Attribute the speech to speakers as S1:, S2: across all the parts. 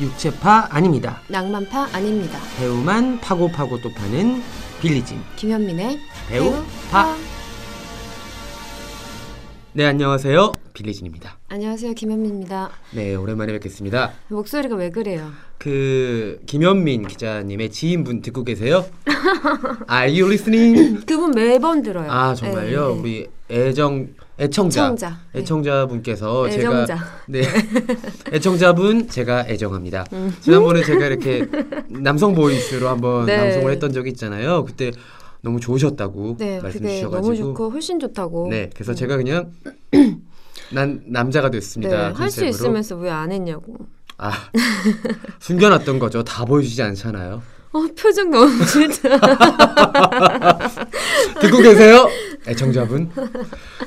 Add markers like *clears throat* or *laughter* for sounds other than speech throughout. S1: 육체파 아닙니다.
S2: 낭만파 아닙니다.
S1: 배우만 파고파고 또 파는 빌리진
S2: 김현민의 아,
S1: 배우 파. 네 안녕하세요 빌리진입니다.
S2: 안녕하세요 김현민입니다.
S1: 네 오랜만에 뵙겠습니다.
S2: 목소리가 왜 그래요?
S1: 그 김현민 기자님의 지인분 듣고 *laughs* 계세요? Are you listening?
S2: 그분 매번 들어요.
S1: 아 정말요?
S2: 네, 네.
S1: 우리 애정 애청자,
S2: 애청자. 네.
S1: 분께서
S2: 애정자.
S1: 제가 *laughs* 네 애청자분 제가 애정합니다. 지난번에 제가 이렇게 남성 보이스로 한번
S2: 네.
S1: 방송을 했던 적이 있잖아요. 그때 너무 좋으셨다고
S2: 네,
S1: 말씀
S2: 그게
S1: 주셔가지고
S2: 너무 좋고 훨씬 좋다고.
S1: 네 그래서 제가 그냥 *clears throat* 난 남자가 됐습니다.
S2: 네, 할수
S1: 컨셉으로.
S2: 있으면서 왜 안 했냐고.
S1: 아 숨겨놨던 거죠. 다 보여주지 않잖아요.
S2: 어 표정 너무 *laughs* 진짜.
S1: 듣고 계세요, 애청자분?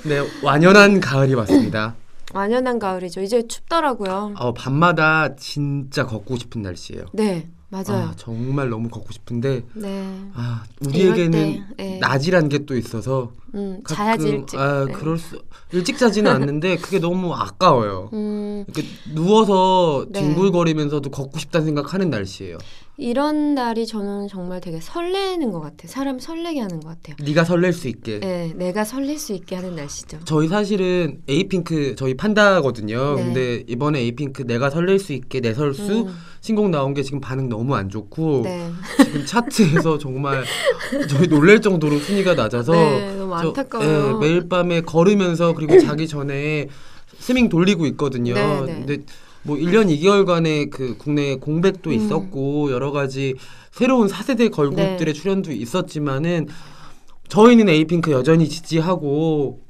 S1: 네 완연한 가을이 왔습니다.
S2: 완연한 가을이죠. 이제 춥더라고요.
S1: 어, 밤마다 진짜 걷고 싶은 날씨예요.
S2: 네 맞아요.
S1: 아, 정말 너무 걷고 싶은데
S2: 네.
S1: 아,
S2: 이럴
S1: 우리에게는
S2: 때, 예.
S1: 낮이란 게 또 있어서
S2: 음
S1: 가끔
S2: 자야지 일찍.
S1: 아,
S2: 네.
S1: 그럴 수 일찍 자지는 않는데 그게 너무 아까워요.
S2: 음
S1: 이렇게 누워서
S2: 네.
S1: 뒹굴거리면서도 걷고 싶다는 생각하는 날씨예요.
S2: 이런 날이 저는 정말 되게 설레는 것 같아요. 사람 설레게 하는 것 같아요.
S1: 네가 설렐 수 있게.
S2: 네, 내가 설렐 수 있게 하는 날씨죠.
S1: 저희 사실은 에이핑크 저희 판다거든요.
S2: 네.
S1: 근데 이번에 에이핑크 내가 설렐 수 있게 내설수
S2: 음.
S1: 신곡 나온 게 지금 반응 너무 안 좋고
S2: 네.
S1: 지금 차트에서 정말 저희 놀랄 정도로 순위가 낮아서
S2: 네, 너무
S1: 저, 예,
S2: 안타까워요.
S1: 매일 밤에 걸으면서
S2: *clears throat*
S1: 그리고 자기 전에 스밍 돌리고 있거든요.
S2: 네, 네.
S1: 근데 뭐 1년 2개월간의 그 국내 공백도
S2: 음.
S1: 있었고 여러 가지 새로운 4세대
S2: 네.
S1: 걸그룹들의 출연도 있었지만은 저희는 에이핑크 여전히 지지하고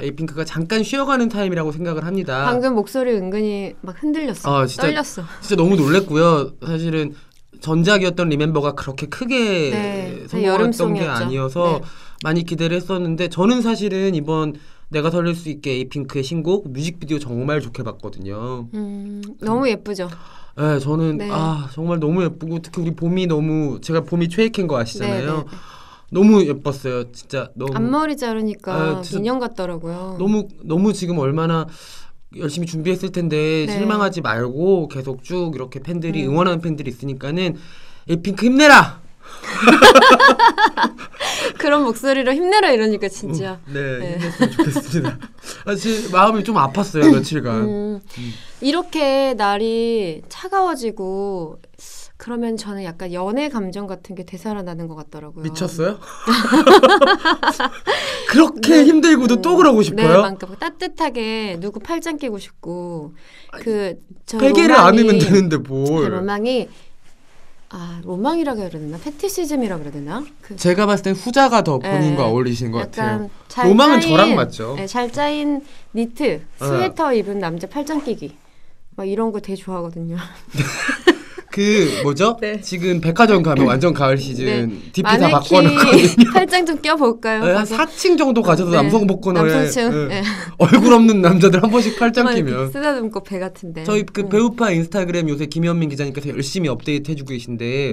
S1: 에이핑크가 잠깐 쉬어가는 타임이라고 생각을 합니다.
S2: 방금 목소리 은근히 막 흔들렸어.
S1: 아, 진짜
S2: 떨렸어.
S1: 진짜 너무 놀랬고요. 사실은 전작이었던 리멤버가 그렇게 크게
S2: 네,
S1: 성공했던 게
S2: 여름송이었죠.
S1: 아니어서
S2: 네.
S1: 많이 기대를 했었는데 저는 사실은 이번 내가 설렐 수 있게 에이핑크의 신곡 뮤직비디오 정말 좋게 봤거든요.
S2: 음, 너무 예쁘죠.
S1: 네, 저는
S2: 네.
S1: 아 정말 너무 예쁘고 특히 우리 봄이 너무 제가 봄이 최애캔 거 아시잖아요.
S2: 네, 네.
S1: 너무 예뻤어요. 진짜 너무
S2: 앞머리 자르니까
S1: 아, 진짜
S2: 인형 같더라고요.
S1: 너무 너무 지금 얼마나 열심히 준비했을 텐데
S2: 네.
S1: 실망하지 말고 계속 쭉 이렇게 팬들이
S2: 음.
S1: 응원하는 팬들이 있으니까는 에이핑크 힘내라.
S2: *laughs* 그런 목소리로 힘내라 이러니까 진짜.
S1: 네,
S2: 네.
S1: 힘냈으면 *laughs* 좋겠습니다. 사실 아, 마음이 좀 아팠어요 며칠간.
S2: 음, 이렇게 날이 차가워지고 그러면 저는 약간 연애 감정 같은 게 되살아나는 것 같더라고요.
S1: 미쳤어요? *laughs* 그렇게 힘들고도 또 그러고
S2: 네,
S1: 싶어요?
S2: 만큼 따뜻하게 누구 팔짱 끼고 싶고 그저
S1: 베개를 안으면 되는데 뭘?
S2: 로망이 아 로망이라고 해야 되나 패티시즘이라고 해야 되나 그
S1: 제가 봤을 땐 후자가 더 본인과
S2: 네,
S1: 어울리시는 것
S2: 약간
S1: 같아요.
S2: 잘
S1: 로망은
S2: 짜인-
S1: 저랑 맞죠? 어.
S2: 네, 잘 짜인 니트 스웨터 입은 남자 팔짱 끼기 막 이런 거 되게 좋아하거든요.
S1: 그 뭐죠?
S2: 네.
S1: 지금 백화점 가면 완전 가을 시즌 DP 다 바꿔놓고
S2: 마네킹 *laughs* 팔짱 좀 껴볼까요?
S1: 네, 한
S2: 하고
S1: 4층 정도 가셔도
S2: 네,
S1: 남성 복권에 예,
S2: 남성층, 네.
S1: 얼굴 없는 남자들 한 번씩 팔짱
S2: 정말 이렇게
S1: 끼면
S2: 쓰다듬고 배 같은데.
S1: 저희 그
S2: 음.
S1: 배우파 인스타그램 요새 김현민 기자님께서 열심히 업데이트 해주고 계신데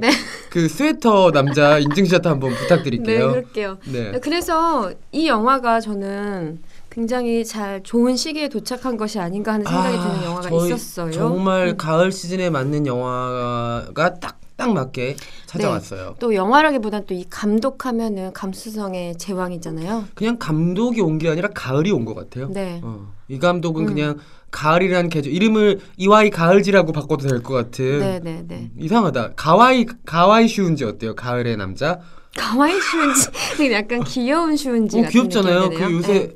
S1: 그 스웨터 남자 인증샷 한번
S2: 네
S1: 부탁드릴게요.
S2: 그럴게요.
S1: 네.
S2: 그래서 이 영화가 저는 굉장히 잘 좋은 시기에 도착한 것이 아닌가 하는 생각이
S1: 아,
S2: 드는 영화가
S1: 저희
S2: 있었어요. 음.
S1: 정말 가을 시즌에 맞는 영화가 딱 딱 맞게 찾아왔어요.
S2: 또 영화라기보단 또 이 감독하면은 감수성의 제왕이잖아요.
S1: 그냥 감독이 온 게 아니라 가을이 온 것 같아요.
S2: 네.
S1: 어, 이 감독은
S2: 음.
S1: 그냥 가을이라는 계절 이름을 이와이 가을지라고 바꿔도 될 것 같은
S2: 네, 네, 네.
S1: 이상하다. 가와이 가와이 슈운지 어때요? 가을의 남자.
S2: 가와이 슈운지 *laughs* 약간 귀여운 슈운지
S1: 어,
S2: 같은
S1: 귀엽잖아요. 그
S2: 느낌이 드네요.
S1: 요새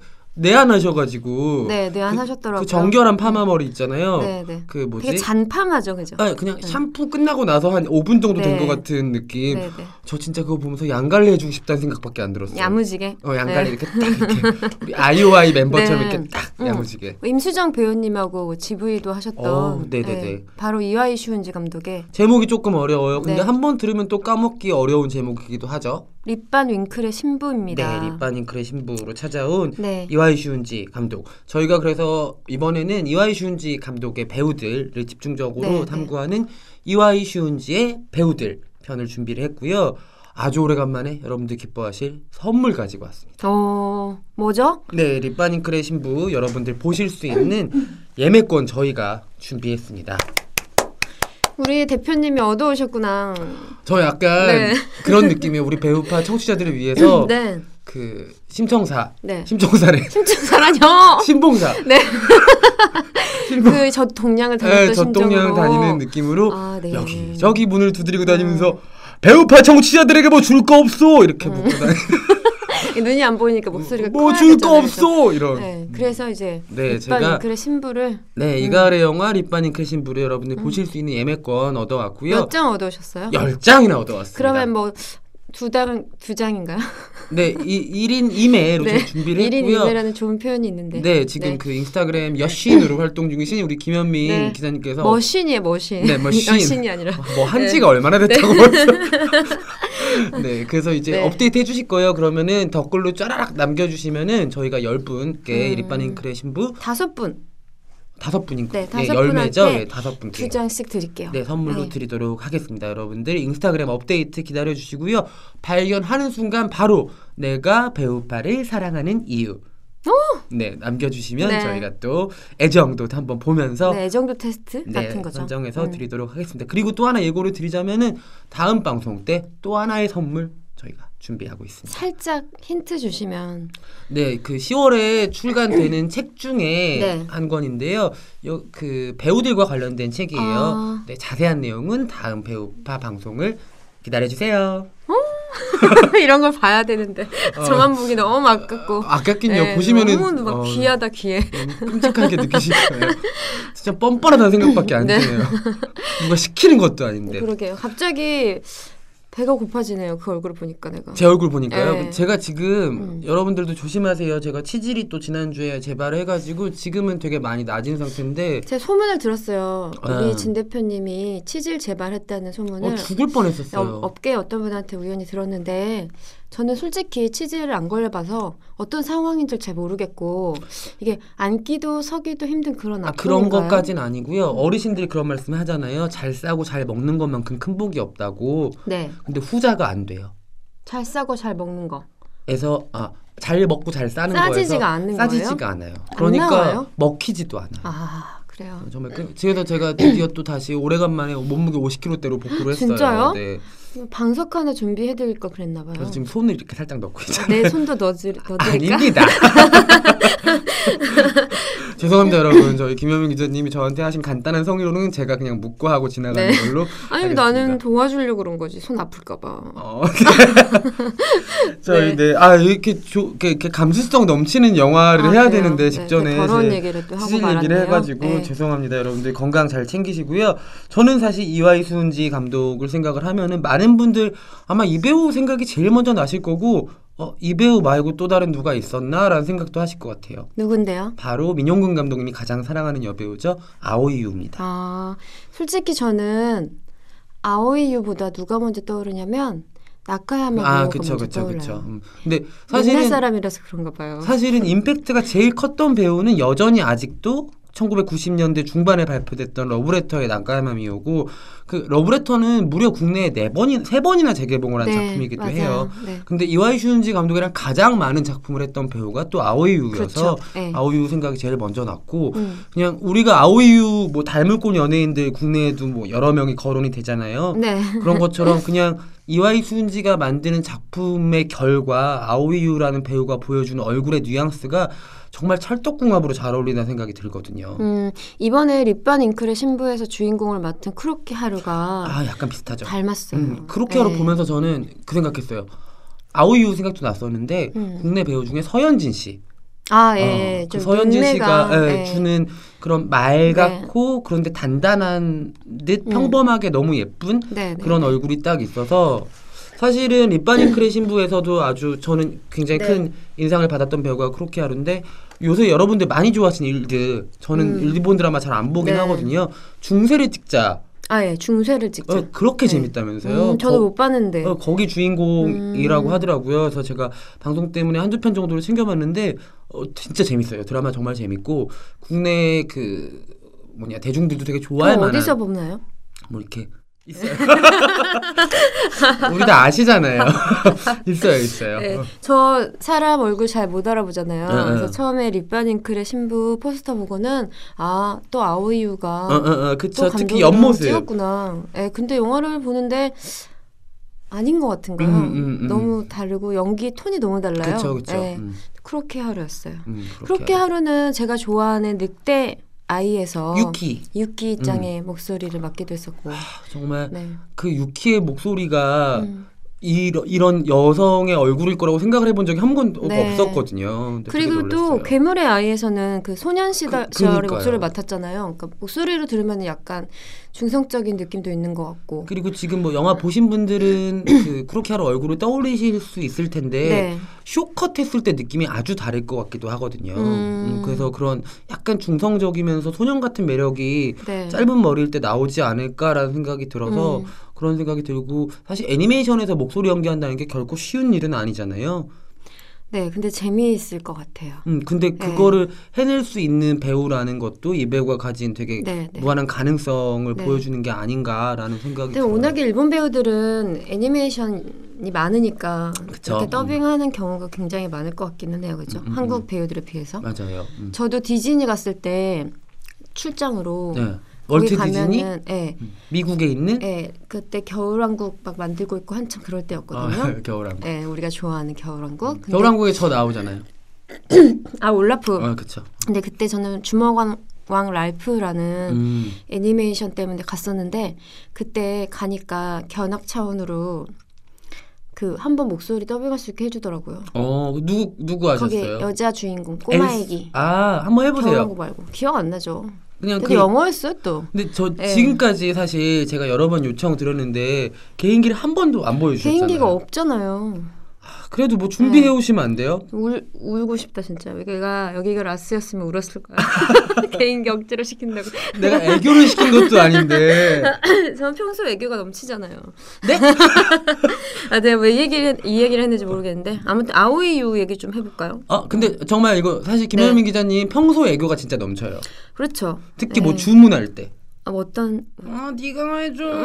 S1: 내한하셔가지고
S2: 네, 네, 안 하셨더라고요.
S1: 그 정결한 파마 머리 있잖아요.
S2: 네, 네.
S1: 그 뭐지?
S2: 되게 잔파마죠, 그죠?
S1: 아, 그냥 샴푸 끝나고 나서 한 5분 정도 된
S2: 네.
S1: 것 같은 느낌.
S2: 네, 네.
S1: 저 진짜 그거 보면서 양갈래 해주고 싶다는 생각밖에 안 들었어요.
S2: 야무지게.
S1: 어, 양갈래
S2: 네.
S1: 이렇게 딱 이렇게 우리 아이오아이 멤버처럼
S2: 네.
S1: 이렇게 딱
S2: 음.
S1: 야무지게.
S2: 임수정 배우님하고 GV도 하셨던
S1: 어, 네, 네, 네.
S2: 바로 이와이 슈운지 감독의
S1: 제목이 조금 어려워요. 근데
S2: 네.
S1: 한 번 들으면 또 까먹기 어려운 제목이기도 하죠.
S2: 립반 윙클의 신부입니다.
S1: 네, 립바닝크의 신부로 찾아온
S2: 네.
S1: 이와이 슈운지 감독. 저희가 그래서 이번에는 이와이 슈운지 감독의 배우들을 집중적으로
S2: 네, 네.
S1: 탐구하는 이와이 슈운지의 배우들 편을 준비를 했고요. 아주 오래간만에 여러분들 기뻐하실 선물 가지고 왔습니다.
S2: 어, 뭐죠?
S1: 네, 립바닝크의 신부 *laughs* 여러분들 보실 수 있는 예매권 저희가 준비했습니다.
S2: 우리 대표님이 어두우셨구나.
S1: 저 약간
S2: 네.
S1: 그런 느낌이에요. 우리 배우파 청취자들을 위해서
S2: 네.
S1: 그 심청사,
S2: 네.
S1: 심청사래,
S2: 심청사라뇨.
S1: 신봉사,
S2: 네.
S1: 신봉,
S2: 그 저 동양을
S1: 네,
S2: 다녔던
S1: 저
S2: 심정으로.
S1: 동양 다니는 느낌으로
S2: 아, 네.
S1: 여기 저기 문을 두드리고 다니면서 배우파 청취자들에게 뭐 줄 거 없어 이렇게 묻고 다니는
S2: 눈이 안 보이니까 음, 목소리가 커야
S1: 뭐줄 거
S2: 되잖아요,
S1: 없어
S2: 좀.
S1: 이런.
S2: 네. 음. 그래서 이제
S1: 네,
S2: 이빨
S1: 제가
S2: 잉크의 신부를
S1: 네 이가을의 영화 립반 잉크신 부류 여러분들 보실 수 있는 예매권 얻어왔고요.
S2: 음. 몇 장 얻으셨어요?
S1: 열 장이나 얻어왔습니다.
S2: 그러면 뭐 두 장, 두 장인가요?
S1: 네, 이 1인 2매로
S2: *laughs* 네.
S1: 준비를
S2: 1인
S1: 했고요.
S2: 2매라는 좋은 표현이 있는데.
S1: 네, 지금
S2: 네.
S1: 그 인스타그램 여신으로 활동 중이신 우리 김현민
S2: 네.
S1: 기자님께서
S2: 머신이에요, *laughs* 머신.
S1: 네, 머신.
S2: 여신이 아니라.
S1: 뭐 한지가 얼마나 됐다고 벌써.
S2: *laughs*
S1: 네, 그래서 이제
S2: 네.
S1: 업데이트 해주실 거예요. 그러면은 댓글로 쫘라락 남겨주시면은 저희가 열 분께
S2: 음.
S1: 립바닝크의 신부
S2: 다섯 분,
S1: 다섯 분인
S2: 네,
S1: 네,
S2: 다섯
S1: 열 매죠.
S2: 분한테
S1: 네, 다섯 분께.
S2: 두 장씩 드릴게요.
S1: 네, 선물로
S2: 네.
S1: 드리도록 하겠습니다. 여러분들 인스타그램 업데이트 기다려 주시고요. 발견하는 순간 바로 내가 배우파를 사랑하는 이유. 네, 남겨 주시면
S2: 네.
S1: 저희가 또 애정도 한번 보면서
S2: 네, 애정도 테스트 같은 거죠.
S1: 선정해서
S2: 음.
S1: 드리도록 하겠습니다. 그리고 또 하나 예고를 드리자면은 다음 방송 때 또 하나의 선물 저희가 준비하고 있습니다.
S2: 살짝 힌트 주시면 *laughs*
S1: 네, 그 10월에
S2: *clears throat*
S1: 출간되는 책 중에
S2: 네.
S1: 한 권인데요. 요, 그 배우들과 관련된 책이에요.
S2: 아.
S1: 네, 자세한 내용은 다음 배우파 방송을 기다려 주세요.
S2: 이런 걸 봐야 되는데
S1: 어.
S2: 저만 보기 너무 아깝고
S1: 아깝긴요.
S2: 네,
S1: 보시면은
S2: 너무 막
S1: 어,
S2: 귀하다 귀해.
S1: 너무 끔찍하게 느끼실
S2: *laughs*
S1: 거예요. 진짜 뻔뻔하다는 생각밖에 안
S2: 네. 어,
S1: 드네요. 누가 시키는 것도 아닌데.
S2: 그러게요. 갑자기 배가 고파지네요. 그 얼굴을 보니까 내가.
S1: 제 얼굴 보니까요.
S2: 네.
S1: 제가 지금
S2: 음.
S1: 여러분들도 조심하세요. 제가 치질이 또 지난주에 재발을 해가지고 지금은 되게 많이 낮은 상태인데
S2: 제가 소문을 들었어요.
S1: 아.
S2: 우리 진 대표님이 치질 재발했다는 소문을
S1: 어, 죽을 뻔했었어요.
S2: 업- 업계 어떤 분한테 우연히 들었는데 저는 솔직히 치질을 안 걸려봐서 어떤 상황인 줄 잘 모르겠고 이게 앉기도 서기도 힘든 그런
S1: 아,
S2: 아픔인가요?
S1: 그런
S2: 음.
S1: 것까진 아니고요. 어르신들이 그런 말씀 하잖아요. 잘 싸고 잘 먹는 것만큼 큰 복이 없다고.
S2: 네,
S1: 근데 후자가 안 돼요.
S2: 잘 싸고 잘 먹는 거.
S1: 그래서 아, 잘 먹고 잘 싸는
S2: 싸지지가
S1: 거에서
S2: 않는
S1: 싸지지가 않아요.
S2: 나와요?
S1: 그러니까 먹히지도 않아요.
S2: 아 그래요.
S1: 정말 그, 그래서 제가 드디어 또 다시 오래간만에 몸무게 50kg대로 복구를 했어요.
S2: 진짜요?
S1: 네.
S2: 방석 하나 준비해드릴 걸 그랬나 봐요.
S1: 그래서 지금 손을 이렇게 살짝 넣고 있잖아요.
S2: 내 손도 넣어드, 넣어드릴까?
S1: *laughs*
S2: *laughs*
S1: 아닙니다. 죄송합니다, 여러분. 저희 김현민 기자님이 저한테 하신 간단한 성의로는 제가 그냥 묻고 하고 지나가는
S2: 네.
S1: 걸로.
S2: 아니
S1: 알겠습니다.
S2: 나는 도와주려고 그런 거지 손 아플까봐
S1: 어, *laughs* 저희 네. 아 이렇게, 조, 이렇게, 이렇게 감수성 넘치는 영화를
S2: 아,
S1: 해야
S2: 그래요?
S1: 되는데
S2: 네,
S1: 직전에
S2: 네, 더러운
S1: 이제
S2: 얘기를 또 하고
S1: 시질
S2: 말았네요.
S1: 얘기를 해가지고
S2: 네.
S1: 죄송합니다 여러분들 건강 잘 챙기시고요 저는 사실 이와이 수은지 감독을 생각을 하면은 많은 분들 아마 이 배우 생각이 제일 먼저 나실 거고 어, 이 배우 말고 또 다른 누가 있었나라는 생각도 하실 것 같아요
S2: 누군데요?
S1: 바로 민용근 감독님이 가장 사랑하는 여배우죠 아오이유입니다
S2: 아 솔직히 저는 아오이유보다 누가 먼저 떠오르냐면 나카야마
S1: 아
S2: 배우가
S1: 그쵸
S2: 먼저
S1: 그쵸 그쵸
S2: 떠올라요.
S1: 음. 근데
S2: 옛날
S1: 사실은
S2: 사람이라서 그런가 봐요.
S1: 사실은 임팩트가 제일 컸던 배우는 여전히 아직도 1990년대 중반에 발표됐던 러브레터의 난카야마미오고 그 러브레터는 무려 국내에 네 번이 세 번이나 재개봉을 한 작품이기도
S2: 네, 맞아요.
S1: 해요.
S2: 네.
S1: 근데 이와이 슈운지 감독이랑 가장 많은 작품을 했던 배우가 또 아오이유여서
S2: 그렇죠. 네.
S1: 아오이유 생각이 제일 먼저 났고
S2: 음.
S1: 그냥 우리가 아오이유 뭐 닮을 꼴 연예인들 국내에도 뭐 여러 명이 거론이 되잖아요.
S2: 네.
S1: 그런 것처럼 그냥 이와이 수은지가 만드는 작품의 결과 아오이유라는 배우가 보여주는 얼굴의 뉘앙스가 정말 찰떡궁합으로 잘 어울린다는 생각이 들거든요.
S2: 음, 이번에 립반 잉크의 신부에서 주인공을 맡은 크로키 하루가
S1: 아 약간 비슷하죠.
S2: 닮았어요.
S1: 음, 그렇게 하러
S2: 네.
S1: 보면서 저는 그 생각했어요. 아오이유 생각도 났었는데
S2: 음.
S1: 국내 배우 중에 서현진 씨,
S2: 아 예,
S1: 어,
S2: 좀
S1: 그 서현진
S2: 눈매가, 네.
S1: 씨가 예,
S2: 예.
S1: 주는 그런 맑고 그런데 단단한 듯
S2: 음.
S1: 평범하게 너무 예쁜
S2: 네, 네.
S1: 그런 얼굴이 딱 있어서 사실은 립바닝크의 신부에서도 아주 저는 굉장히
S2: 네.
S1: 큰 인상을 받았던 배우가 크로키하루인데 요새 여러분들 많이 좋아하시는 일드 저는 일본 드라마 잘 안 보긴
S2: 음. 네.
S1: 하거든요 중세를 찍자
S2: 아 예, 중세를 찍자.
S1: 어, 그렇게
S2: 네.
S1: 재밌다면서요
S2: 음, 저도 음. 못 봤는데.
S1: 어, 거기 주인공이라고 하더라고요. 그래서 제가 방송 때문에 한두 편 정도를 챙겨봤는데 어, 진짜 재밌어요. 드라마 정말 재밌고 국내 그 뭐냐 대중들도 되게
S2: 그럼
S1: 뭐 좋아할 만한
S2: 어디서 뽑나요?
S1: 뭐 이렇게 있어요. *laughs* 우리 다 아시잖아요. *laughs* 있어요, 있어요.
S2: 네, 저 사람 얼굴 잘 못 알아보잖아요.
S1: 네,
S2: 그래서
S1: 네.
S2: 처음에 립바닝클의 신부 포스터 보고는 아 또 아오이유가
S1: 어, 어, 어,
S2: 또
S1: 그쵸. 특히
S2: 감독이
S1: 옆모습.
S2: 찍었구나. 예, 근데 영화를 보는데 아닌 것 같은 거예요.
S1: 음, 음, 음.
S2: 너무 다르고 연기 톤이 너무 달라요.
S1: 그쵸, 그쵸.
S2: 예,
S1: 음,
S2: 그렇게 하루였어요.
S1: 음,
S2: 그렇게 하루는 제가 좋아하는 늑대 아이에서
S1: 유키. 음. 아,
S2: 유키 짱의 목소리를 맡기도 했었고.
S1: 정말
S2: 네.
S1: 그 유키의 목소리가
S2: 음.
S1: 이러, 이런 여성의 얼굴일 거라고 생각을 해본 적이 한 번도
S2: 네.
S1: 없었거든요. 근데 되게
S2: 그리고 또
S1: 놀랐어요.
S2: 괴물의 아이에서는 그 소년 시절
S1: 그-
S2: 시절의
S1: 그러니까요.
S2: 목소리를 맡았잖아요. 그러니까 목소리로 들으면 약간 중성적인 느낌도 있는 것 같고.
S1: 그리고 지금 뭐 영화 보신
S2: *clears throat*
S1: 분들은 그 크로키아로 얼굴을 떠올리실 수 있을 텐데
S2: 네.
S1: 쇼컷 했을 때 느낌이 아주 다를 것 같기도 하거든요.
S2: 음.
S1: 음, 그래서 그런 약간 중성적이면서 소년 같은 매력이
S2: 네.
S1: 짧은 머리일 때 나오지 않을까라는 생각이 들어서
S2: 음.
S1: 그런 생각이 들고 사실 애니메이션에서 목소리 연기한다는 게 결코 쉬운 일은 아니잖아요.
S2: 네, 근데 재미있을 것 같아요.
S1: 음, 근데
S2: 네.
S1: 그거를 해낼 수 있는 배우라는 것도 이 배우가 가진 되게
S2: 네, 네.
S1: 무한한 가능성을
S2: 네.
S1: 보여주는 게 아닌가라는 생각이
S2: 근데
S1: 들어요.
S2: 워낙에 일본 배우들은 애니메이션이 많으니까
S1: 그쵸.
S2: 이렇게
S1: 음.
S2: 더빙하는 경우가 굉장히 많을 것 같기는 해요, 그죠?
S1: 음, 음,
S2: 한국
S1: 음.
S2: 배우들에 비해서.
S1: 맞아요. 음.
S2: 저도 디즈니 갔을 때 출장으로
S1: 네.
S2: 거기
S1: 월트 디즈니
S2: 가면은 예,
S1: 음, 미국에 있는
S2: 예, 그때 겨울왕국 막 만들고 있고 한참 그럴 때였거든요.
S1: 아, *laughs* 겨울왕국.
S2: 예, 우리가 좋아하는 겨울왕국. 근데-
S1: 겨울왕국에 저 나오잖아요.
S2: 아 올라프.
S1: 아, 그쵸.
S2: 근데 그때 저는 주먹왕 왕 랄프라는
S1: 음.
S2: 애니메이션 때문에 갔었는데 그때 가니까 견학 차원으로 그 한 번 목소리 더빙할 수 있게 해주더라고요.
S1: 어, 누구 누구
S2: 거기
S1: 하셨어요?
S2: 여자 주인공 꼬마
S1: 엘스-
S2: 애기
S1: 아, 한번 해보세요.
S2: 겨울왕국 말고 기억 안 나죠.
S1: 그냥
S2: 근데
S1: 그
S2: 영어였어요 또.
S1: 근데 저
S2: 네.
S1: 지금까지 사실 제가 여러 번 요청 드렸는데 개인기를 한 번도 안 보여주셨잖아요.
S2: 개인기가 없잖아요. 네.
S1: 그래도 뭐 준비해 오시면 안 돼요?
S2: 울 울고 싶다 진짜. 여기가 여기가 라스였으면 울었을 거야. *laughs* 개인기 억지로 시킨다고.
S1: 내가 애교를 시킨 것도 아닌데.
S2: *laughs* 저는 평소 애교가 넘치잖아요. 네? *laughs* 아, 내가 왜 얘기를 이 얘기를 했는지 모르겠는데 아무튼 아오이유 얘기 좀 해볼까요?
S1: 아 근데 정말 이거 사실
S2: 네.
S1: 김현민 기자님 평소 애교가 진짜 넘쳐요.
S2: 그렇죠.
S1: 특히 뭐
S2: 네.
S1: 주문할 때.
S2: 아, 뭐 어떤 *laughs*
S1: 아 네가 해줘.
S2: 음,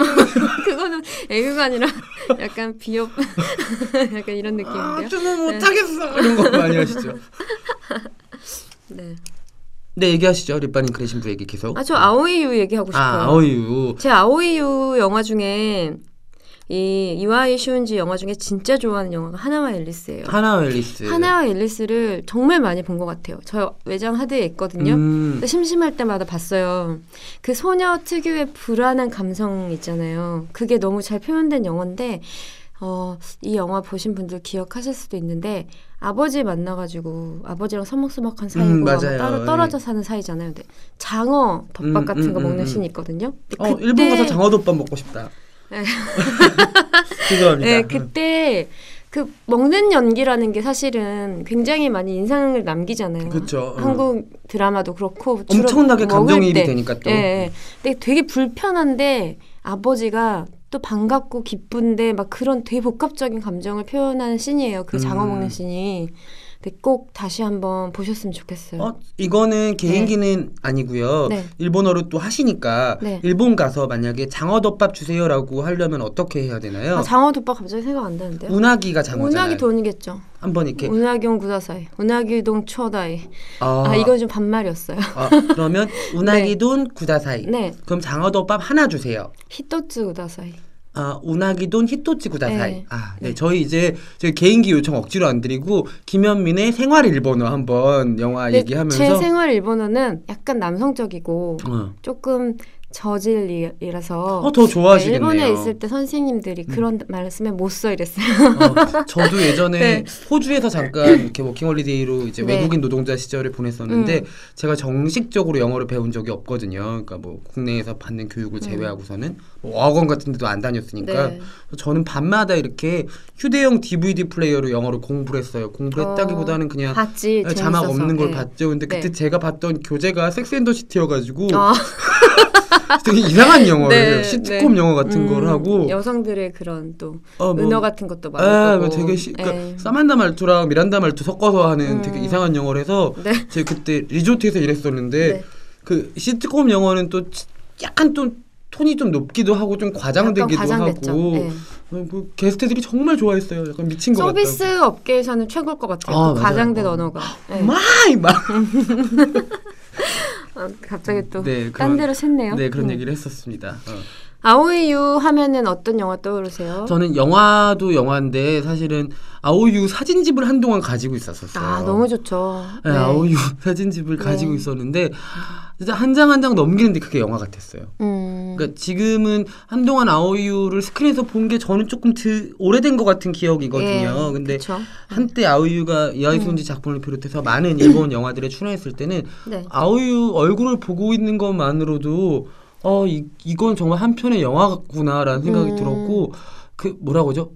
S2: 그거는 애교가 아니라 *laughs* 약간 비협 *laughs* 약간 이런 느낌인데요.
S1: 아, 주문 못하겠어. 이런 거 많이 하시죠.
S2: 네.
S1: 네 얘기하시죠. 립바님 그레신부 얘기 계속.
S2: 아 저 아오이유 얘기하고 싶어요.
S1: 아 아오유.
S2: 제 아오이유 영화 중에 이 이와이 슈운지 영화 중에 진짜 좋아하는 영화가 하나와 앨리스예요.
S1: 하나 웰리스.
S2: 하나와 앨리스를 정말 많이 본 것 같아요. 저 외장 하드에 있거든요.
S1: 음.
S2: 근데 심심할 때마다 봤어요. 그 소녀 특유의 불안한 감성 있잖아요. 그게 너무 잘 표현된 영화인데, 어, 이 영화 보신 분들 기억하실 수도 있는데, 아버지 만나가지고, 아버지랑 서먹서먹한 사이고,
S1: 음,
S2: 아마
S1: 맞아요.
S2: 따로 떨어져 사는 사이잖아요. 근데 장어 덮밥
S1: 음,
S2: 같은
S1: 음,
S2: 거
S1: 음,
S2: 먹는
S1: 음.
S2: 신이 있거든요. 근데
S1: 어 일본 가서 장어덮밥 먹고 싶다. *laughs*
S2: 네.
S1: 죄송합니다.
S2: 네, 그때 그 먹는 연기라는 게 사실은 굉장히 많이 인상을 남기잖아요.
S1: 그쵸. 음.
S2: 한국 드라마도 그렇고 주로
S1: 엄청나게
S2: 먹을
S1: 감정이입이
S2: 때.
S1: 되니까 또.
S2: 예, 예. 근데 되게 불편한데 아버지가 또 반갑고 기쁜데 막 그런 되게 복합적인 감정을 표현하는 씬이에요. 그 장어
S1: 음.
S2: 먹는 씬이. 근데 꼭 다시 한번 보셨으면 좋겠어요. 아,
S1: 어, 이거는 개인기는 아니고요.
S2: 예. 네.
S1: 일본어로 또 하시니까
S2: 네.
S1: 일본 가서 만약에 장어덮밥 주세요라고 하려면 어떻게 해야 되나요? 음,
S2: 아, 장어 덮밥 갑자기 생각 안 나는데요.
S1: 운하기가 장어잖아요.
S2: 운하기 돈이겠죠.
S1: 한번 이렇게
S2: 운하기온 구다사이, 운하기동 초다이.
S1: 아,
S2: 아, 이건 좀 반말이었어요. *laughs*
S1: 아, 그러면 운하기 돈 구다사이.
S2: 네,
S1: 그럼 장어덮밥 하나 주세요.
S2: 히토츠 구다사이.
S1: 아, 운하기 돈 히토치 구다사이.
S2: 네.
S1: 아, 네.
S2: 네.
S1: 저희 이제 저희 개인기 요청 억지로 안 드리고 김현민의 생활 일본어 한번 영화
S2: 근데
S1: 얘기하면서
S2: 네, 제 생활 일본어는 약간 남성적이고
S1: 어,
S2: 조금 저질이라서
S1: 어, 더 좋아하시겠네요. 음.
S2: 일본에 있을 때 선생님들이 그런 말씀에 못 써 이랬어요.
S1: 어, *laughs* 저도 예전에
S2: 네.
S1: 호주에서 잠깐 이렇게 뭐 워킹홀리데이로 이제
S2: 네. 음.
S1: 외국인 노동자 시절을 보냈었는데 제가 정식적으로 영어를 배운 적이 없거든요. 그러니까 뭐 국내에서 받는 교육을 제외하고서는 뭐 어학원 같은 데도 안 다녔으니까
S2: 음. 네.
S1: 저는 밤마다 이렇게 휴대용 DVD 플레이어로 영어를 공부를 했어요. 공부했다기보다는 그냥
S2: 봤지
S1: 자막
S2: 재밌어서.
S1: 없는 걸
S2: 네.
S1: 봤죠. 근데 그때
S2: 네.
S1: 제가 봤던 교재가 섹스앤더시티여가지고
S2: 아,
S1: 되게 이상한 영어를
S2: *laughs* 네,
S1: 해요. 시트콤
S2: 네.
S1: 영어 같은 걸
S2: 음,
S1: 하고
S2: 여성들의 그런 또
S1: 어, 뭐
S2: 은어 같은 것도
S1: 아,
S2: 많고. 네.
S1: 되게 시, 그러니까 사만다 말투랑 미란다 말투 섞어서 하는
S2: 음.
S1: 되게 이상한 영어를 해서
S2: 네.
S1: 제가 그때 리조트에서 일했었는데
S2: 네.
S1: 그 시트콤 영어는 또 치- 약간 또 톤이 좀 높기도 하고 좀 과장되기도
S2: 과장됐죠.
S1: 하고
S2: 네.
S1: 어, 그 게스트들이 정말 좋아했어요. 약간 미친 것 같다.
S2: 서비스 업계에서는 최고일 것 같아요.
S1: 아,
S2: 그
S1: 맞아요.
S2: 과장된
S1: 어.
S2: 언어가. 네.
S1: 마이 막
S2: 아, 갑자기 또.
S1: 네, 그런-
S2: 딴 데로 샜네요.
S1: 네 그런
S2: 음.
S1: 얘기를 했었습니다. 어.
S2: 아오이유 하면은 어떤 영화 떠오르세요?
S1: 저는 영화도 영화인데 사실은 아오유 사진집을 한동안 가지고 있었었어요.
S2: 아 너무 좋죠.
S1: 네, 아오유 *laughs* 사진집을
S2: 네.
S1: 가지고 있었는데 진짜 한 장 한 장 넘기는데 그게 영화 같았어요.
S2: 음.
S1: 그러니까 지금은 한동안 아오유를 스크린에서 본 게 저는 조금 드, 오래된 것 같은 기억이거든요.
S2: 예,
S1: 근데
S2: 그쵸. 음.
S1: 한때 아오유가 이하이순지 작품을 비롯해서 많은 일본 영화들에 출연했을 때는
S2: 네.
S1: 아오유 얼굴을 보고 있는 것만으로도 어 이, 이건 정말 한 편의 영화구나라는 생각이
S2: 음.
S1: 들었고 그 뭐라고 하죠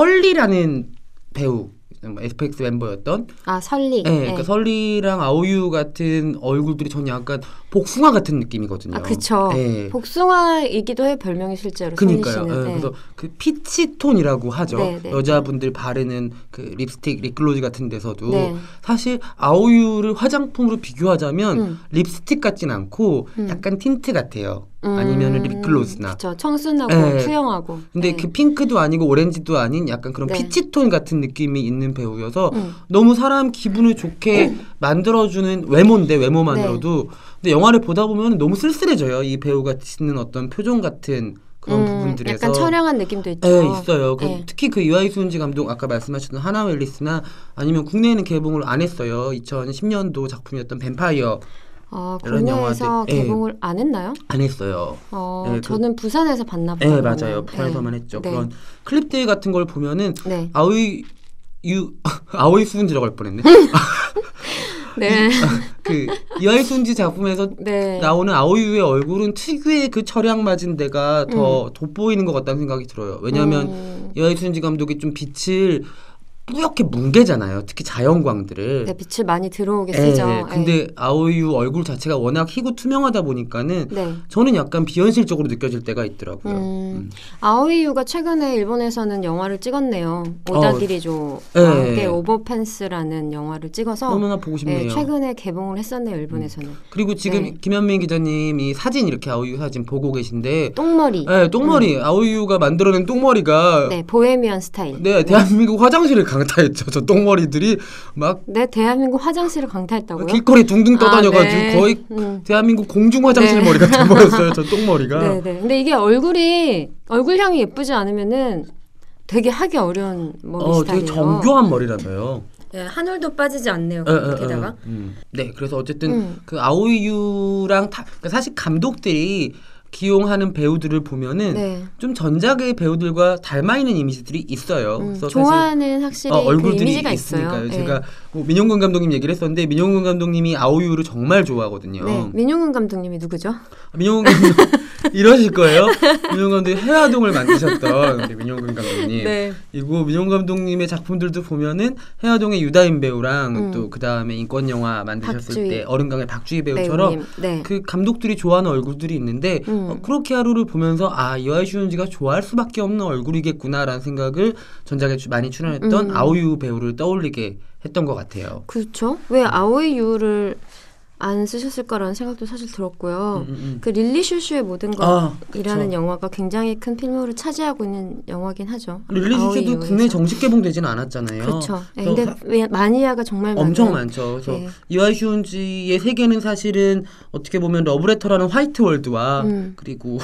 S1: 설리라는 배우 SPX 멤버였던
S2: 아 설리.
S1: 예, 그러니까
S2: 예.
S1: 설리랑 아오유 같은 얼굴들이 전 약간 복숭아 같은 느낌이거든요.
S2: 아 그쵸.
S1: 예.
S2: 복숭아이기도 해 별명이 실제로.
S1: 그니까요.
S2: 설리
S1: 예,
S2: 씨는. 네.
S1: 그래서 그 피치 톤이라고 하죠.
S2: 네, 네.
S1: 여자분들 바르는 그 립스틱, 립글로즈 같은 데서도
S2: 네.
S1: 사실 아오유를 화장품으로 비교하자면
S2: 음.
S1: 립스틱 같진 않고
S2: 음.
S1: 약간 틴트 같아요.
S2: 음,
S1: 아니면은 립글로즈나.
S2: 그쵸. 청순하고
S1: 예.
S2: 투영하고.
S1: 근데
S2: 예.
S1: 그 핑크도 아니고 오렌지도 아닌 약간 그런
S2: 네.
S1: 피치 톤 같은 느낌이 있는 배우여서
S2: 음.
S1: 너무 사람 기분을 좋게
S2: *clears throat*
S1: 만들어주는 외모인데 외모만으로도
S2: 네.
S1: 근데 영화를 보다 보면 너무 쓸쓸해져요 이 배우가 짓는 어떤 표정 같은 그런
S2: 음,
S1: 부분들에서
S2: 약간 처량한 느낌도 있죠.
S1: 예, 있어요. 그
S2: 예.
S1: 특히 그 이와이수은지 감독 아까 말씀하셨던 하나 웰리스나 아니면 국내에는 개봉을 안 했어요. 2010년도 작품이었던 뱀파이어
S2: 아,
S1: 이런
S2: 국내에서
S1: 영화들, 예.
S2: 개봉을 안 했나요?
S1: 안 했어요.
S2: 어,
S1: 예, 그-
S2: 저는 부산에서 봤나
S1: 예,
S2: 봐요.
S1: 맞아요.
S2: 그러면.
S1: 북한에서만
S2: 예.
S1: 했죠.
S2: 음, 네.
S1: 그런 클립데이 같은 걸 보면은
S2: 네.
S1: 아오이 유 *laughs* 아오이 수은지라고 할 뻔했네.
S2: *laughs* 네.
S1: *laughs* 그 이와이수은지 작품에서
S2: 네.
S1: 나오는 아오이유의 얼굴은 특유의 그 철양 맞은 데가 더 돋보이는 것 같다는 생각이 들어요. 왜냐하면
S2: 음,
S1: 이와이순지 감독이 좀 빛을 뿌옇게 뭉개잖아요. 특히 자연광들을.
S2: 네, 빛을 많이 들어오게
S1: 예,
S2: 쓰죠. 예.
S1: 근데 아오이유 얼굴 자체가 워낙 희고 투명하다 보니까는
S2: 네.
S1: 저는 약간 비현실적으로 느껴질 때가 있더라고요.
S2: 음,
S1: 음.
S2: 아오이유가 최근에 일본에서는 영화를 찍었네요. 오다기리조와
S1: 어. 예.
S2: 함께 오버펜스라는 영화를 찍어서
S1: 너무나 보고 싶네요. 음.
S2: 예, 최근에 개봉을 했었네요. 일본에서는
S1: 그리고 지금
S2: 네.
S1: 김현민 기자님이 사진 이렇게 아오이유 사진 보고 계신데
S2: 똥머리,
S1: 예, 똥머리 아오이유가 만들어낸 똥머리가
S2: 음. 네 보헤미안 스타일.
S1: 네, 대한민국 화장실을 강타했죠. 저 똥머리들이 막
S2: 내 대한민국 화장실을 강타했다고요?
S1: 길거리 둥둥 아, 떠다녀가지고
S2: 아, 네.
S1: 거의
S2: 음.
S1: 대한민국 공중 화장실 머리가
S2: *laughs*
S1: 돼버렸어요. 저 똥머리가.
S2: 네, 네. 근데 이게 얼굴이 얼굴 향이 예쁘지 않으면은 되게 하기 어려운 머리
S1: 어,
S2: 스타일이에요.
S1: 되게 정교한 머리라서요.
S2: 예, 한 올도 빠지지 않네요.
S1: 에, 에, 에.
S2: 게다가
S1: 음. 네, 그래서 어쨌든
S2: 음.
S1: 그 아오이유랑 다, 그러니까 사실 감독들이 기용하는 배우들을 보면은
S2: 네.
S1: 좀 전작의 배우들과 닮아 있는 이미지들이 있어요.
S2: 음,
S1: 그래서 사실
S2: 좋아하는 확실히
S1: 어,
S2: 그
S1: 얼굴들이
S2: 이미지가
S1: 있으니까요.
S2: 있어요. 예.
S1: 제가 뭐 민용근 감독님 얘기를 했었는데 민용근 감독님이 아오이유를 정말 좋아하거든요. 아,
S2: 네, 민용은 감독님이 누구죠?
S1: 민용근 감독 *laughs* 이러실 거예요. 민용근 감독이 해화동을 만드셨던 우리 민용근 감독님.
S2: 네.
S1: 그리고 민용 감독님의 작품들도 보면은 해화동의 유다인 배우랑
S2: 음.
S1: 또 그 다음에 인권 영화 만드셨을
S2: 박주희.
S1: 때 어른강의 박주희 배우처럼
S2: 배우님. 네.
S1: 그 감독들이 좋아하는 얼굴들이 있는데
S2: 음.
S1: 어, 크로키 하루를 보면서 아 이와이슈운지가 좋아할 수밖에 없는 얼굴이겠구나라는 생각을 전작에 주- 많이 출연했던
S2: 음.
S1: 아오유 배우를 떠올리게 했던 것 같아요.
S2: 그렇죠. 왜 아오이 유를 안 쓰셨을까라는 생각도 사실 들었고요.
S1: 음, 음,
S2: 그 릴리 슈슈의 모든
S1: 음. 아
S2: 것이라는 영화가 굉장히 큰 필모를 차지하고 있는 영화긴 하죠.
S1: 릴리즈도
S2: 아오이유에서.
S1: 국내 정식 개봉되지는 않았잖아요.
S2: 그렇죠. 예,
S1: 그래서
S2: 근데 왜 마니아가 정말 많아요.
S1: 엄청 많죠. 그래서
S2: 네.
S1: 이와이슈운지의 세계는 사실은 어떻게 보면 러브레터라는 화이트 월드와
S2: 음.
S1: 그리고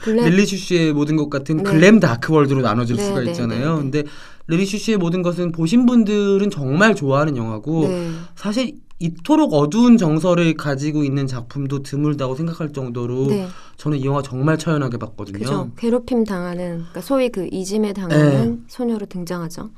S2: 블랙
S1: 릴리슈슈의 모든 것 같은
S2: 네.
S1: 글램 다크 월드로 나눠질
S2: 네,
S1: 수가
S2: 네,
S1: 있잖아요.
S2: 네,
S1: 근데 릴리슈슈의 모든 것은 보신 분들은 정말 좋아하는 영화고
S2: 네.
S1: 사실 이토록 어두운 정서를 가지고 있는 작품도 드물다고 생각할 정도로
S2: 네.
S1: 저는 이 영화 정말 처연하게 봤거든요. 네.
S2: 그죠. 괴롭힘 당하는, 그러니까 소위 그 이짐에 당하는 소녀로 등장하죠.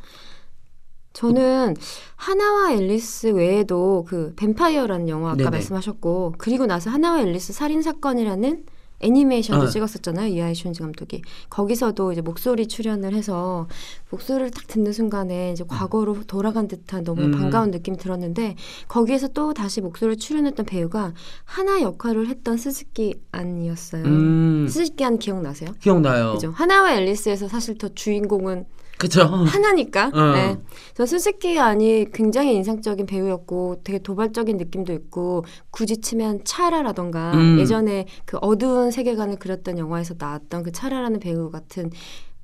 S2: 저는 하나와 앨리스 외에도 그 뱀파이어라는 영화 아까
S1: 네네.
S2: 말씀하셨고 그리고 나서 하나와 앨리스 살인 사건이라는 애니메이션도
S1: 아.
S2: 찍었었잖아요 이하이 슌지 감독이 거기서도 이제 목소리 출연을 해서 목소리를 딱 듣는 순간에 이제 과거로 돌아간 듯한 너무
S1: 음.
S2: 반가운 느낌이 들었는데 거기에서 또 다시 목소리를 출연했던 배우가 하나 역할을 했던 스즈키 안이었어요
S1: 음 어.
S2: 스즈키 안 기억나세요?
S1: 기억나요.
S2: 그죠. 하나와 앨리스에서 사실 더 주인공은
S1: 그쵸?
S2: 하나니까.
S1: 어.
S2: *laughs* 네. 저 솔직히 아니 굉장히 인상적인 배우였고 되게 도발적인 느낌도 있고 굳이 치면 차라라던가
S1: 음.
S2: 예전에 그 어두운 세계관을 그렸던 영화에서 나왔던 그 차라라는 배우 같은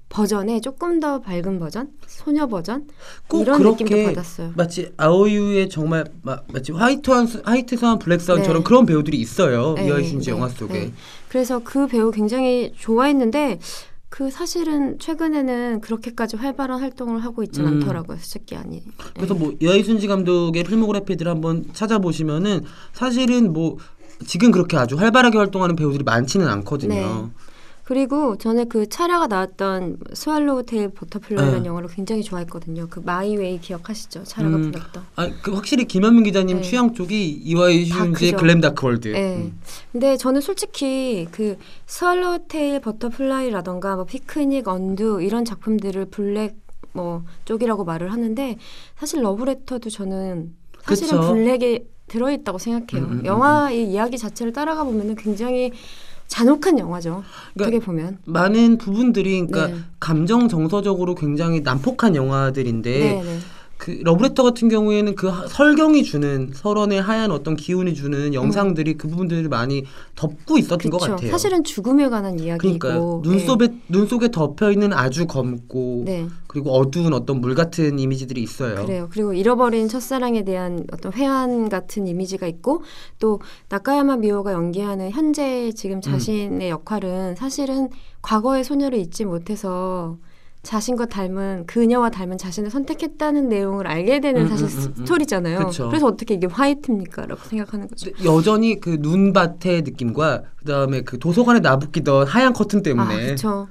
S2: 버전에 조금 더 밝은 버전, 소녀 버전
S1: 꼭
S2: 이런 느낌도
S1: 그렇게
S2: 받았어요.
S1: 마치 아오유의 정말 마, 마치 화이트한 수- 화이트사운 블랙사운처럼
S2: 네.
S1: 그런 배우들이 있어요
S2: 네,
S1: 이하이 순지
S2: 네,
S1: 영화 속에
S2: 네. 그래서 그 배우 굉장히 좋아했는데 그 사실은 최근에는 그렇게까지 활발한 활동을 하고 있진
S1: 음.
S2: 않더라고요. 솔직히 아니.
S1: 그래서
S2: 네.
S1: 뭐 이하이 순지 감독의 필모그래피들을 한번 찾아보시면은 사실은 뭐 지금 그렇게 아주 활발하게 활동하는 배우들이 많지는
S2: 네.
S1: 않거든요.
S2: 그리고 저는 그 차라가 나왔던 스왈로우 테일 버터플라이라는
S1: 어.
S2: 영화를 굉장히 좋아했거든요. 그 마이웨이 기억하시죠? 차라가
S1: 음.
S2: 불렀던.
S1: 아, 그 확실히 김현민 기자님
S2: 네.
S1: 취향 쪽이 이와이
S2: 다
S1: 슌즈의
S2: 그죠.
S1: 글램 다크월드.
S2: 네.
S1: 음.
S2: 근데 저는 솔직히 그 스왈로우 테일 버터플라이라던가 뭐 피크닉 언두 이런 작품들을 블랙 뭐 쪽이라고 말을 하는데 사실 러브레터도 저는 사실은
S1: 그쵸.
S2: 블랙에 들어있다고 생각해요.
S1: 음, 음, 음,
S2: 영화 의 이야기 자체를 따라가 보면은 굉장히 잔혹한 영화죠.
S1: 그러니까
S2: 어떻게 보면.
S1: 많은 부분들이 그러니까
S2: 네.
S1: 감정 정서적으로 굉장히 난폭한 영화들인데
S2: 네, 네.
S1: 그 러브레터 같은 경우에는 그 하- 설경이 주는 설원의 하얀 어떤 기운이 주는 영상들이 그 부분들을 많이 덮고 있었던 것
S2: 음. 그쵸.
S1: 같아요.
S2: 사실은 죽음에 관한 이야기고
S1: 그러니까 눈 속에 눈 속에 덮여 있는 아주 검고
S2: 네, 네,
S1: 그리고 어두운 어떤 물 같은 이미지들이 있어요.
S2: 그래요. 그리고 잃어버린 첫사랑에 대한 어떤 회한 같은 이미지가 있고 또 나카야마 미호가 연기하는 현재
S1: 음.
S2: 지금 자신의 역할은 사실은 과거의 소녀를 잊지 못해서 자신과 닮은 그녀와 닮은 자신을 선택했다는 내용을 알게 되는
S1: 음,
S2: 사실
S1: 음, 음, 음.
S2: 스토리잖아요.
S1: 그쵸.
S2: 래서 어떻게 이게 화이트입니까라고 생각하는 거죠.
S1: 근데 여전히 그 눈밭의 느낌과 그다음에 그 도서관에 나붙기던 하얀 커튼
S2: 아,
S1: 때문에
S2: 그렇죠.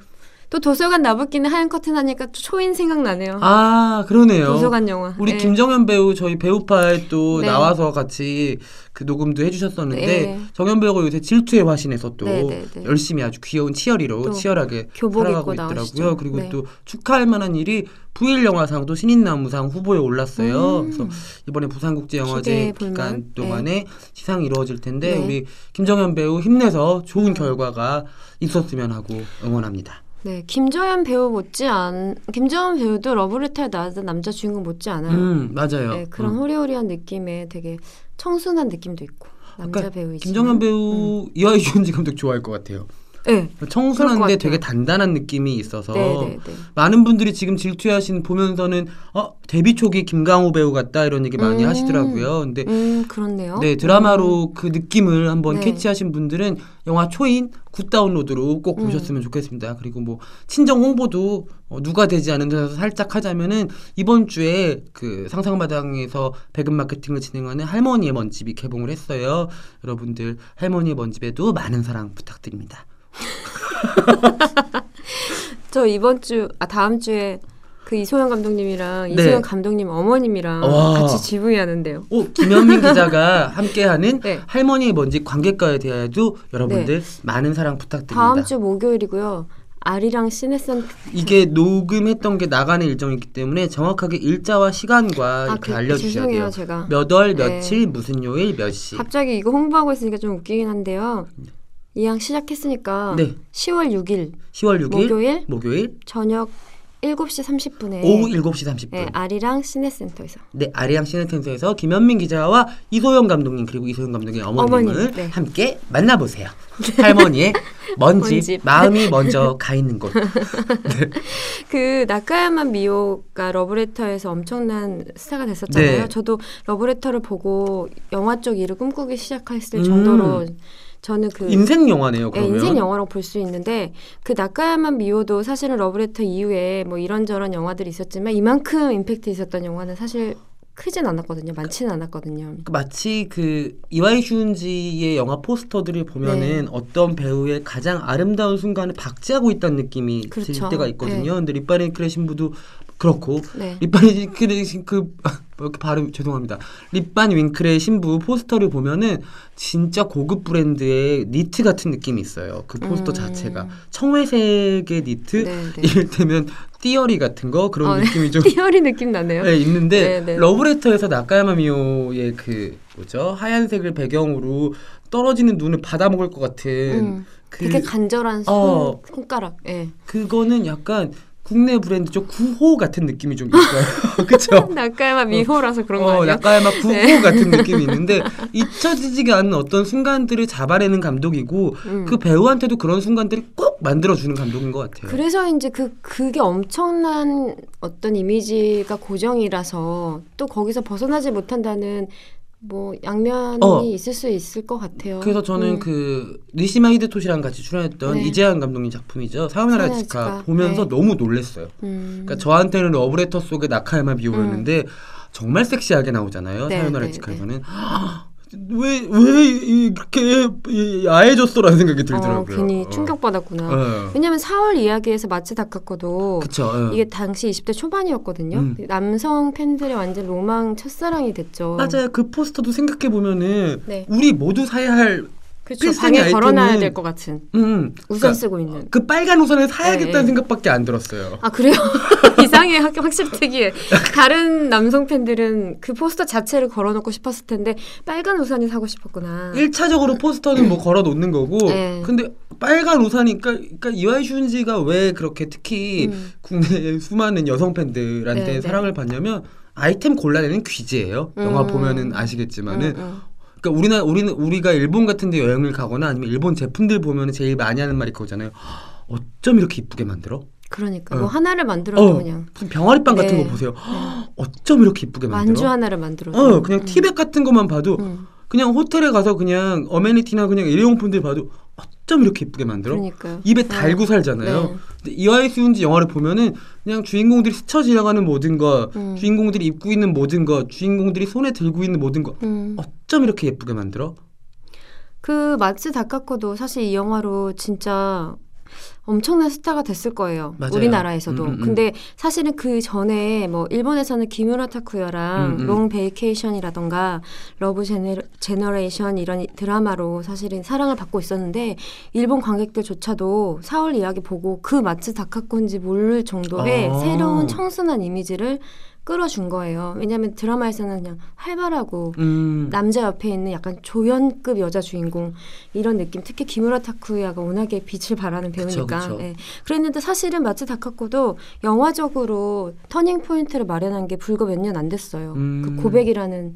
S2: 또 도서관 나붓기는 하얀 커튼 하니까 초인 생각나네요.
S1: 아, 그러네요.
S2: 도서관 영화.
S1: 우리
S2: 예.
S1: 김정현 배우 저희 배우파에 또
S2: 네.
S1: 나와서 같이 그 녹음도 해주셨었는데
S2: 네.
S1: 정현 배우가 요새 질투의 화신에서 또
S2: 네, 네, 네.
S1: 열심히 아주 귀여운 치어리로
S2: 또
S1: 치열하게
S2: 교복
S1: 살아가고
S2: 입고
S1: 있더라고요.
S2: 나오시죠.
S1: 그리고
S2: 네.
S1: 또 축하할 만한 일이 부일 영화상 또 신인나무상 후보에 올랐어요.
S2: 음.
S1: 그래서 이번에 부산국제영화제
S2: 기대해
S1: 기간
S2: 볼 만.
S1: 동안에 시상이 이루어질 텐데
S2: 네. 음.
S1: 우리 김정현 배우 힘내서 좋은 결과가 있었으면 하고 응원합니다.
S2: 네, 김정현 배우 못지 않 김정현 배우도 러브레터에 나왔던 남자 주인공 못지 않아요.
S1: 음 맞아요.
S2: 네, 그런
S1: 음.
S2: 호리호리한 느낌의 되게 청순한 느낌도 있고 남자
S1: 아까
S2: 배우이지.
S1: 김정현 배우 이하이 윤지 감독 좋아할 것 같아요.
S2: 네, 음. 그럴 것
S1: 청순한데
S2: 같아요.
S1: 되게 단단한 느낌이 있어서
S2: 네, 네, 네.
S1: 많은 분들이 지금 질투하신 보면서는 어 데뷔 초기 김강호 배우 같다 이런 얘기 많이
S2: 음.
S1: 하시더라고요. 근데
S2: 음, 그렇네요. 음.
S1: 네 드라마로 그 느낌을 한번
S2: 네.
S1: 캐치하신 분들은 영화 초인 굿 다운로드로 꼭
S2: 음.
S1: 보셨으면 좋겠습니다. 그리고 뭐 친정 홍보도 어, 누가 되지 않은 데서 살짝 하자면은 이번 주에 그 상상마당에서 배급 마케팅을 진행하는 할머니의 먼집이 개봉을 했어요. 여러분들 할머니의 먼집에도 많은 사랑 부탁드립니다.
S2: 음. 저 이번 주, 아 다음 주에 그 이소영 감독님이랑
S1: 네.
S2: 이소영 감독님 어머님이랑
S1: 와.
S2: 같이 GV 하는데요.
S1: 오, 김현민 기자가 함께하는
S2: *laughs* 네.
S1: 할머니의 먼지 관객과에 대해도 여러분들 많은 사랑 부탁드립니다.
S2: 다음 주 목요일이고요. 아리랑 시네센터
S1: 이게 녹음했던 게 나가는 일정이기 때문에 정확하게 일자와 시간과
S2: 아,
S1: 이렇게
S2: 그-
S1: 알려주셔야
S2: 죄송해요,
S1: 돼요.
S2: 제가.
S1: 몇 월,
S2: 네.
S1: 며칠, 무슨 요일, 몇 시.
S2: 갑자기 이거 홍보하고 있으니까 좀 웃기긴 한데요. 이왕 시작했으니까
S1: 네.
S2: 10월 6일
S1: 10월 6일
S2: 목요일
S1: 목요일
S2: 저녁 7시 30분에
S1: 오후 7시 30분.
S2: 네, 아리랑 시네센터에서
S1: 네, 아리랑 시네센터에서 김현민 기자와 이소영 감독님 그리고 이소영 감독의 어머님을
S2: 어머님, 네.
S1: 함께 만나보세요. *laughs* 할머니의 먼지,
S2: *laughs* 먼지. 네.
S1: 마음이 먼저 가 있는
S2: *laughs*
S1: 곳.
S2: 그 나카야마 미오가 러브레터에서 엄청난 스타가 됐었잖아요.
S1: 네.
S2: 저도 러브레터를 보고 영화 쪽 일을 꿈꾸기 시작했을
S1: 음.
S2: 정도로 저는 그
S1: 인생 영화네요.
S2: 예,
S1: 그러면.
S2: 인생 영화라고 볼 수 있는데 그 나카야마 미오도 사실은 러브레터 이후에 뭐 이런저런 영화들이 있었지만 이만큼 임팩트 있었던 영화는 사실 크진 않았거든요. 많지는 않았거든요.
S1: 그 마치 그 이와이 슌지의 영화 포스터들을 보면은
S2: 네.
S1: 어떤 배우의 가장 아름다운 순간을 박제하고 있다는 느낌이 들
S2: 그렇죠.
S1: 때가 있거든요.
S2: 네.
S1: 근데 리파리 크레 신부도 그렇고
S2: 네.
S1: 리반 윙크의 신- 그 아, 이렇게 발음 죄송합니다. 립반 윙크의 신부 포스터를 보면은 진짜 고급 브랜드의 니트 같은 느낌이 있어요. 그 포스터
S2: 음.
S1: 자체가 청회색의 니트
S2: 네, 네.
S1: 이를테면 띠어리 같은 거 그런
S2: 어, 네.
S1: 느낌이 좀
S2: *laughs* 띠어리 느낌 나네요.
S1: 네, 있는데
S2: 네, 네.
S1: 러브레터에서 나카야마 미오의 그 뭐죠 하얀색을 배경으로 떨어지는 눈을 받아먹을 것 같은
S2: 음.
S1: 그
S2: 되게 간절한 손,
S1: 어.
S2: 손가락. 예.
S1: 그거는 약간 국내 브랜드 쪽 구호 같은 느낌이 좀 있어요. *laughs* 그렇죠?
S2: 낙가야마 미호라서 그런 거
S1: 어,
S2: 아니야?
S1: 약간 막 구호
S2: 네.
S1: 같은 느낌이 있는데 잊혀지지가 않는 어떤 순간들을 잡아내는 감독이고
S2: 음.
S1: 그 배우한테도 그런 순간들을 꼭 만들어주는 감독인 것 같아요.
S2: 그래서 이제 그 그게 엄청난 어떤 이미지가 고정이라서 또 거기서 벗어나지 못한다는 뭐 양면이
S1: 어.
S2: 있을 수 있을 것 같아요.
S1: 그래서 저는
S2: 음.
S1: 그 니시마 히데토시랑 같이 출연했던
S2: 네.
S1: 이재한 감독님 작품이죠. 사우나라
S2: 사우나라
S1: 지카
S2: 지카.
S1: 보면서
S2: 네.
S1: 너무 놀랬어요.
S2: 음.
S1: 그러니까 저한테는 러브레터 속의 나카야마 비오였는데 정말 섹시하게 나오잖아요.
S2: 네,
S1: 사요나라
S2: 네,
S1: 치카에서는 *gasps* 왜 왜 이렇게 야해졌어라는 생각이 들더라고요.
S2: 어, 괜히
S1: 어.
S2: 충격 받았구나.
S1: 어.
S2: 왜냐면 4월 이야기에서 마츠 다카코도
S1: 그쵸. 어.
S2: 이게 당시 20대 초반이었거든요.
S1: 음.
S2: 남성 팬들의 완전 로망 첫사랑이 됐죠.
S1: 맞아요. 그 포스터도 생각해 보면은
S2: 네.
S1: 우리 모두 사야 할
S2: 그렇죠.
S1: 필승의
S2: 방에 걸어놔야
S1: 아이템은-
S2: 될 것 같은
S1: 음,
S2: 우산
S1: 그러니까
S2: 쓰고 있는.
S1: 그 빨간 우산을 사야겠다는
S2: 네.
S1: 생각밖에 안 들었어요.
S2: 아 그래요? *laughs* 이상해 확- 확실히 특이해. 다른 남성 팬들은 그 포스터 자체를 걸어놓고 싶었을 텐데 빨간 우산이 사고 싶었구나.
S1: 일차적으로 포스터는 뭐 걸어 놓는 거고
S2: 네.
S1: 근데 빨간 우산이니까 그러니까 이와이 슌지가 왜 그렇게 특히
S2: 음.
S1: 국내 수많은 여성 팬들한테
S2: 네, 네.
S1: 사랑을 받냐면 아이템 골라내는 귀재예요. 영화
S2: 음.
S1: 보면은
S2: 응,
S1: 아시겠지만은
S2: 응.
S1: 그러니까 우리나 우리는 우리가 일본 같은 데 여행을 가거나 아니면 일본 제품들 보면은 제일 많이 하는 말이 그거잖아요. 어쩜 이렇게 이쁘게 만들어?
S2: 그러니까
S1: 어.
S2: 뭐 하나를 만들어도
S1: 어, *gasps*
S2: 그냥
S1: 무슨 병아리빵 같은
S2: 네.
S1: 거 보세요. 어쩜 이렇게 이쁘게 만들어?
S2: 만주 하나를 만들어도.
S1: 어, 그냥
S2: 음.
S1: 티백 같은 것만 봐도
S2: 음.
S1: 그냥 호텔에 가서 그냥 어메니티나 그냥 일회용품들 봐도 어쩜 이렇게 이쁘게 만들어?
S2: 그러니까요.
S1: 입에 달고 살잖아요.
S2: 네.
S1: 근데 이와이 수운지 영화를 보면은 그냥 주인공들이 스쳐 지나가는 모든 것,
S2: 음.
S1: 주인공들이 입고 있는 모든 것, 주인공들이 손에 들고 있는 모든 것,
S2: 음.
S1: 어쩜 이렇게 예쁘게 만들어?
S2: 그 마츠 다카코도 사실 이 영화로 진짜 엄청난 스타가 됐을 거예요.
S1: 맞아요.
S2: 우리나라에서도.
S1: 음, 음, 음.
S2: 근데 사실은 그 전에 뭐 일본에서는 기무라 타쿠야랑
S1: 음, 음.
S2: 롱 베이케이션이라던가 러브 제네, 제너레이션 이런 드라마로 사실은 사랑을 받고 있었는데 일본 관객들조차도 4월 이야기 보고 그 마츠 다카코인지 모를 정도의
S1: 아.
S2: 새로운 청순한 이미지를 끌어준 거예요. 왜냐하면 드라마에서는 그냥 활발하고
S1: 음,
S2: 남자 옆에 있는 약간 조연급 여자 주인공 이런 느낌 특히 기무라 타쿠야가 워낙에 빛을 발하는
S1: 그쵸,
S2: 배우니까
S1: 그쵸.
S2: 예. 그랬는데 사실은 마츠 다카코도 영화적으로 터닝 포인트를 마련한 게 불과 몇 년 안 됐어요.
S1: 음.
S2: 그 고백이라는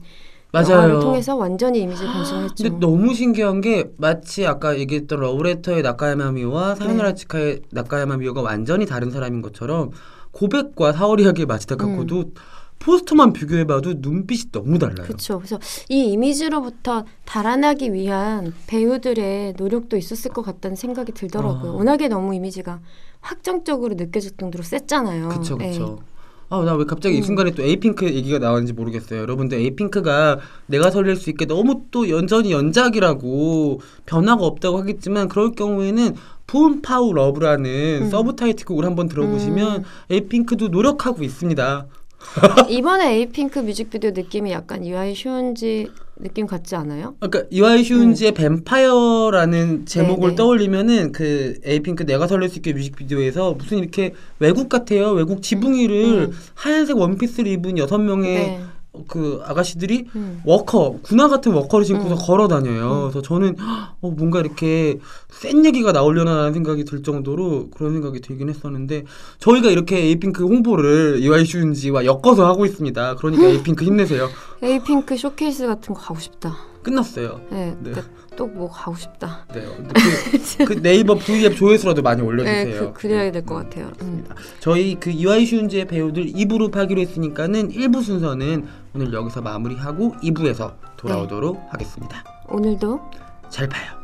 S2: 영화를
S1: 맞아요. 아,
S2: 통해서 완전히 이미지 변신했죠.
S1: 근데 너무 신기한 게 마치 아까 얘기했던 러브레터의 나카야마미와
S2: 네.
S1: 사요나라 치카의 나카야마미가 완전히 다른 사람인 것처럼 고백과 사오리하게 마치다카코도 포스터만 비교해봐도 눈빛이 너무 달라요.
S2: 음. 그렇죠. 그래서 이 이미지로부터 달아나기 위한 배우들의 노력도 있었을 것 같다는 생각이 들더라고요.
S1: 아.
S2: 워낙에 너무 이미지가 확정적으로 느껴질 정도로 셌잖아요.
S1: 그쵸
S2: 예.
S1: 그쵸. 아 나 왜 갑자기 이
S2: 음.
S1: 순간에 또 에이핑크 얘기가 나왔는지 모르겠어요. 여러분들 에이핑크가 내가 설렐 수 있게 너무 또 연전이 연작이라고 변화가 없다고 하겠지만 그럴 경우에는 푸운파우 러브라는
S2: 음.
S1: 서브 타이틀곡을 한번 들어보시면
S2: 음.
S1: 에이핑크도 노력하고 있습니다.
S2: *laughs* 이번에 에이핑크 뮤직비디오 느낌이 약간 유아이 쇼운지 느낌 같지 않아요?
S1: 그러니까 이와이 슈운지의 뱀파이어라는 제목을
S2: 음. 네.
S1: 떠올리면은 그 에이핑크 내가 설렐 수 있게 뮤직비디오에서 무슨 이렇게 외국 같아요. 외국 지붕이를
S2: 음.
S1: 하얀색 원피스를 입은 여섯
S2: 네.
S1: 명의 그 아가씨들이
S2: 음.
S1: 워커 군화 같은 워커를 신고서 걸어 다녀요. 그래서 저는 헉, 어, 뭔가 이렇게 센 얘기가 나오려나라는 생각이 들 정도로 그런 생각이 들긴 했었는데 저희가 이렇게 에이핑크 홍보를 이와이 슈운지와 엮어서 하고 있습니다.
S2: *laughs*
S1: 그러니까 에이핑크 힘내세요.
S2: 에이핑크 쇼케이스 같은 거 가고 싶다.
S1: 끝났어요.
S2: 네,
S1: 네.
S2: 또뭐 가고 *laughs* 싶다.
S1: 네, 그, 그 네이버 브이앱 조회수라도 많이 올려주세요.
S2: 네, 그, 그래야 될 것 같아요. 음.
S1: 같습니다. 저희 그 이와이 슈운지의 배우들 2부로 파기로 했으니까는 1부 순서는
S2: 네.
S1: 오늘 여기서 마무리하고 2부에서 돌아오도록 하겠습니다.
S2: 오늘도
S1: 잘 봐요.